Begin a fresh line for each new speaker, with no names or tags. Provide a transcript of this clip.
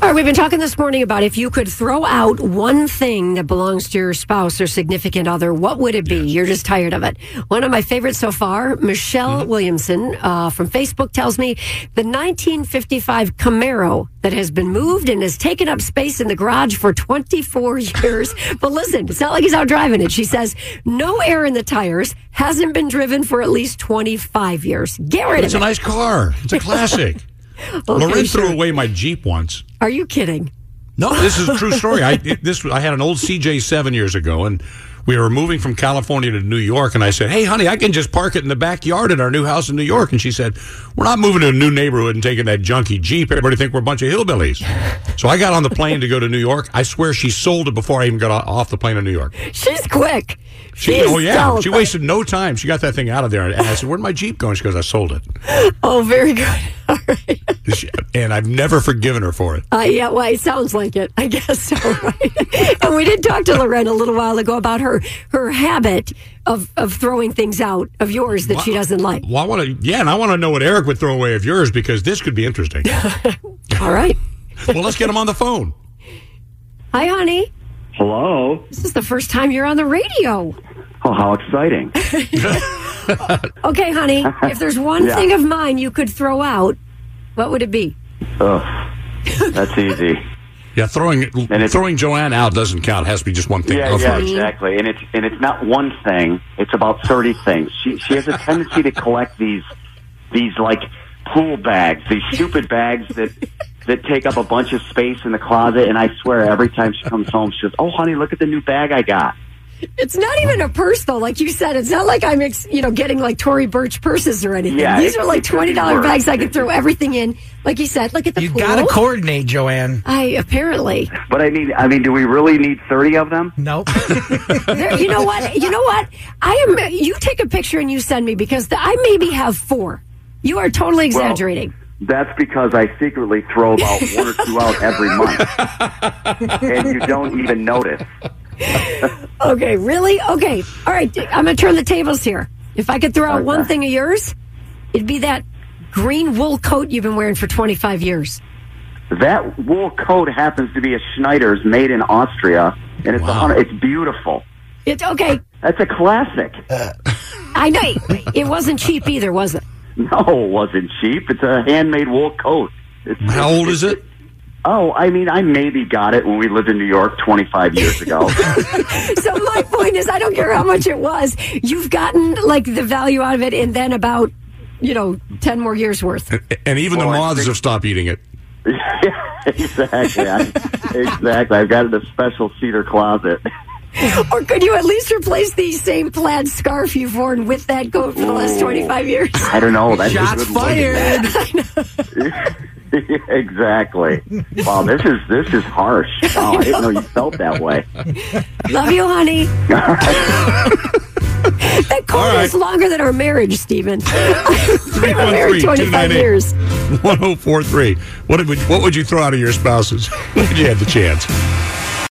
All right, we've been talking this morning about if you could throw out one thing that belongs to your spouse or significant other, what would it be? You're just tired of it. One of my favorites so far, Michelle
Mm-hmm.
Williamson uh, from Facebook tells me the 1955 Camaro that has been moved and has taken up space in the garage for 24 years. but listen, it's not like he's out driving it. She says, no air in the tires, hasn't been driven for at least 25 years. Get rid
It's a
of it.
nice car. It's a classic.
Okay, sure.
Loren threw away my Jeep once.
Are you kidding?
No, this is a true story. I it, this I had an old CJ seven years ago, and we were moving from California to New York. And I said, "Hey, honey, I can just park it in the backyard at our new house in New York." And she said, "We're not moving to a new neighborhood and taking that junky Jeep. Everybody think we're a bunch of hillbillies." So I got on the plane to go to New York. I swear she sold it before I even got o- off the plane in New York.
She's quick. She,
She,
is
oh yeah,
so
she
quick.
wasted no time. She got that thing out of there, and I said, "Where'd my Jeep go?" And she goes, "I sold it."
Oh, very good. All right.
She- and I've never forgiven her for it.
Uh, yeah, well, it sounds like it. I guess so. Right? and we did talk to Lorraine a little while ago about her her habit of of throwing things out of yours that she doesn't like.
Well, I want to, yeah, and I want to know what Eric would throw away of yours because this could be interesting.
All right.
well, let's get him on the phone.
Hi, honey.
Hello.
This is the first time you're on the radio.
Oh, how exciting.
Okay, honey. If there's one
Yeah.
thing of mine you could throw out, what would it be?
Ugh, that's easy.
Yeah, throwing
it's-
throwing Joanne out doesn't count. It has to be just one thing.
Yeah,
Go for
yeah,
it.
exactly. And it's and it's not one thing. It's about thirty things. She she has a tendency to collect these these like pool bags, these stupid bags that that take up a bunch of space in the closet. And I swear, every time she comes home, she goes, "Oh, honey, look at the new bag I got."
It's not even a purse, though. Like you said, it's not like I'm, ex- you know, getting like Tory Burch purses or anything.
Yeah,
These
it-
are like
it could
twenty
be
dollar
worse.
bags. I could throw everything in. Like you said, look at the
You
pool.
got to coordinate, Joanne.
I apparently.
But I mean, I mean, do we really need thirty of them?
Nope.
There- you know what? You know what? I am. You take a picture and you send me because I maybe have four. You are totally
Well,
exaggerating.
that's because I secretly throw about one or two out every month, and you don't even notice.
okay, really? Okay, all right. I'm gonna turn the tables here. If I could throw out
Okay.
one thing of yours, it'd be that green wool coat you've been wearing for 25 years.
That wool coat happens to be a Schneider's made in Austria, and it's a
Wow.
hundred- it's beautiful.
It's okay.
That's a classic.
Uh,
I know it wasn't cheap either, was it?
No, it wasn't cheap. It's a handmade wool coat. It's,
How old is it?
Oh, I mean, I maybe got it when we lived in New York 25 years ago.
So my point is, I don't care how much it was. You've gotten like the value out of it, and then about you know 10 more years worth.
And even
Well,
the
I
moths
think-
have stopped eating it.
exactly. I, exactly. I've got it in a special cedar closet.
Or could you at least replace the same plaid scarf you've worn with that coat for the last
Ooh.
25 years?
I don't know. That's a
Shots
good look.
fired.
exactly. Wow, this is this is harsh. Wow, I didn't know you felt that way.
Love you, honey. that coat
All right.
is longer than our marriage, Stephen. we were married
313-298.
25 years.
1043. What would, what would you throw out of your spouses if you had the chance?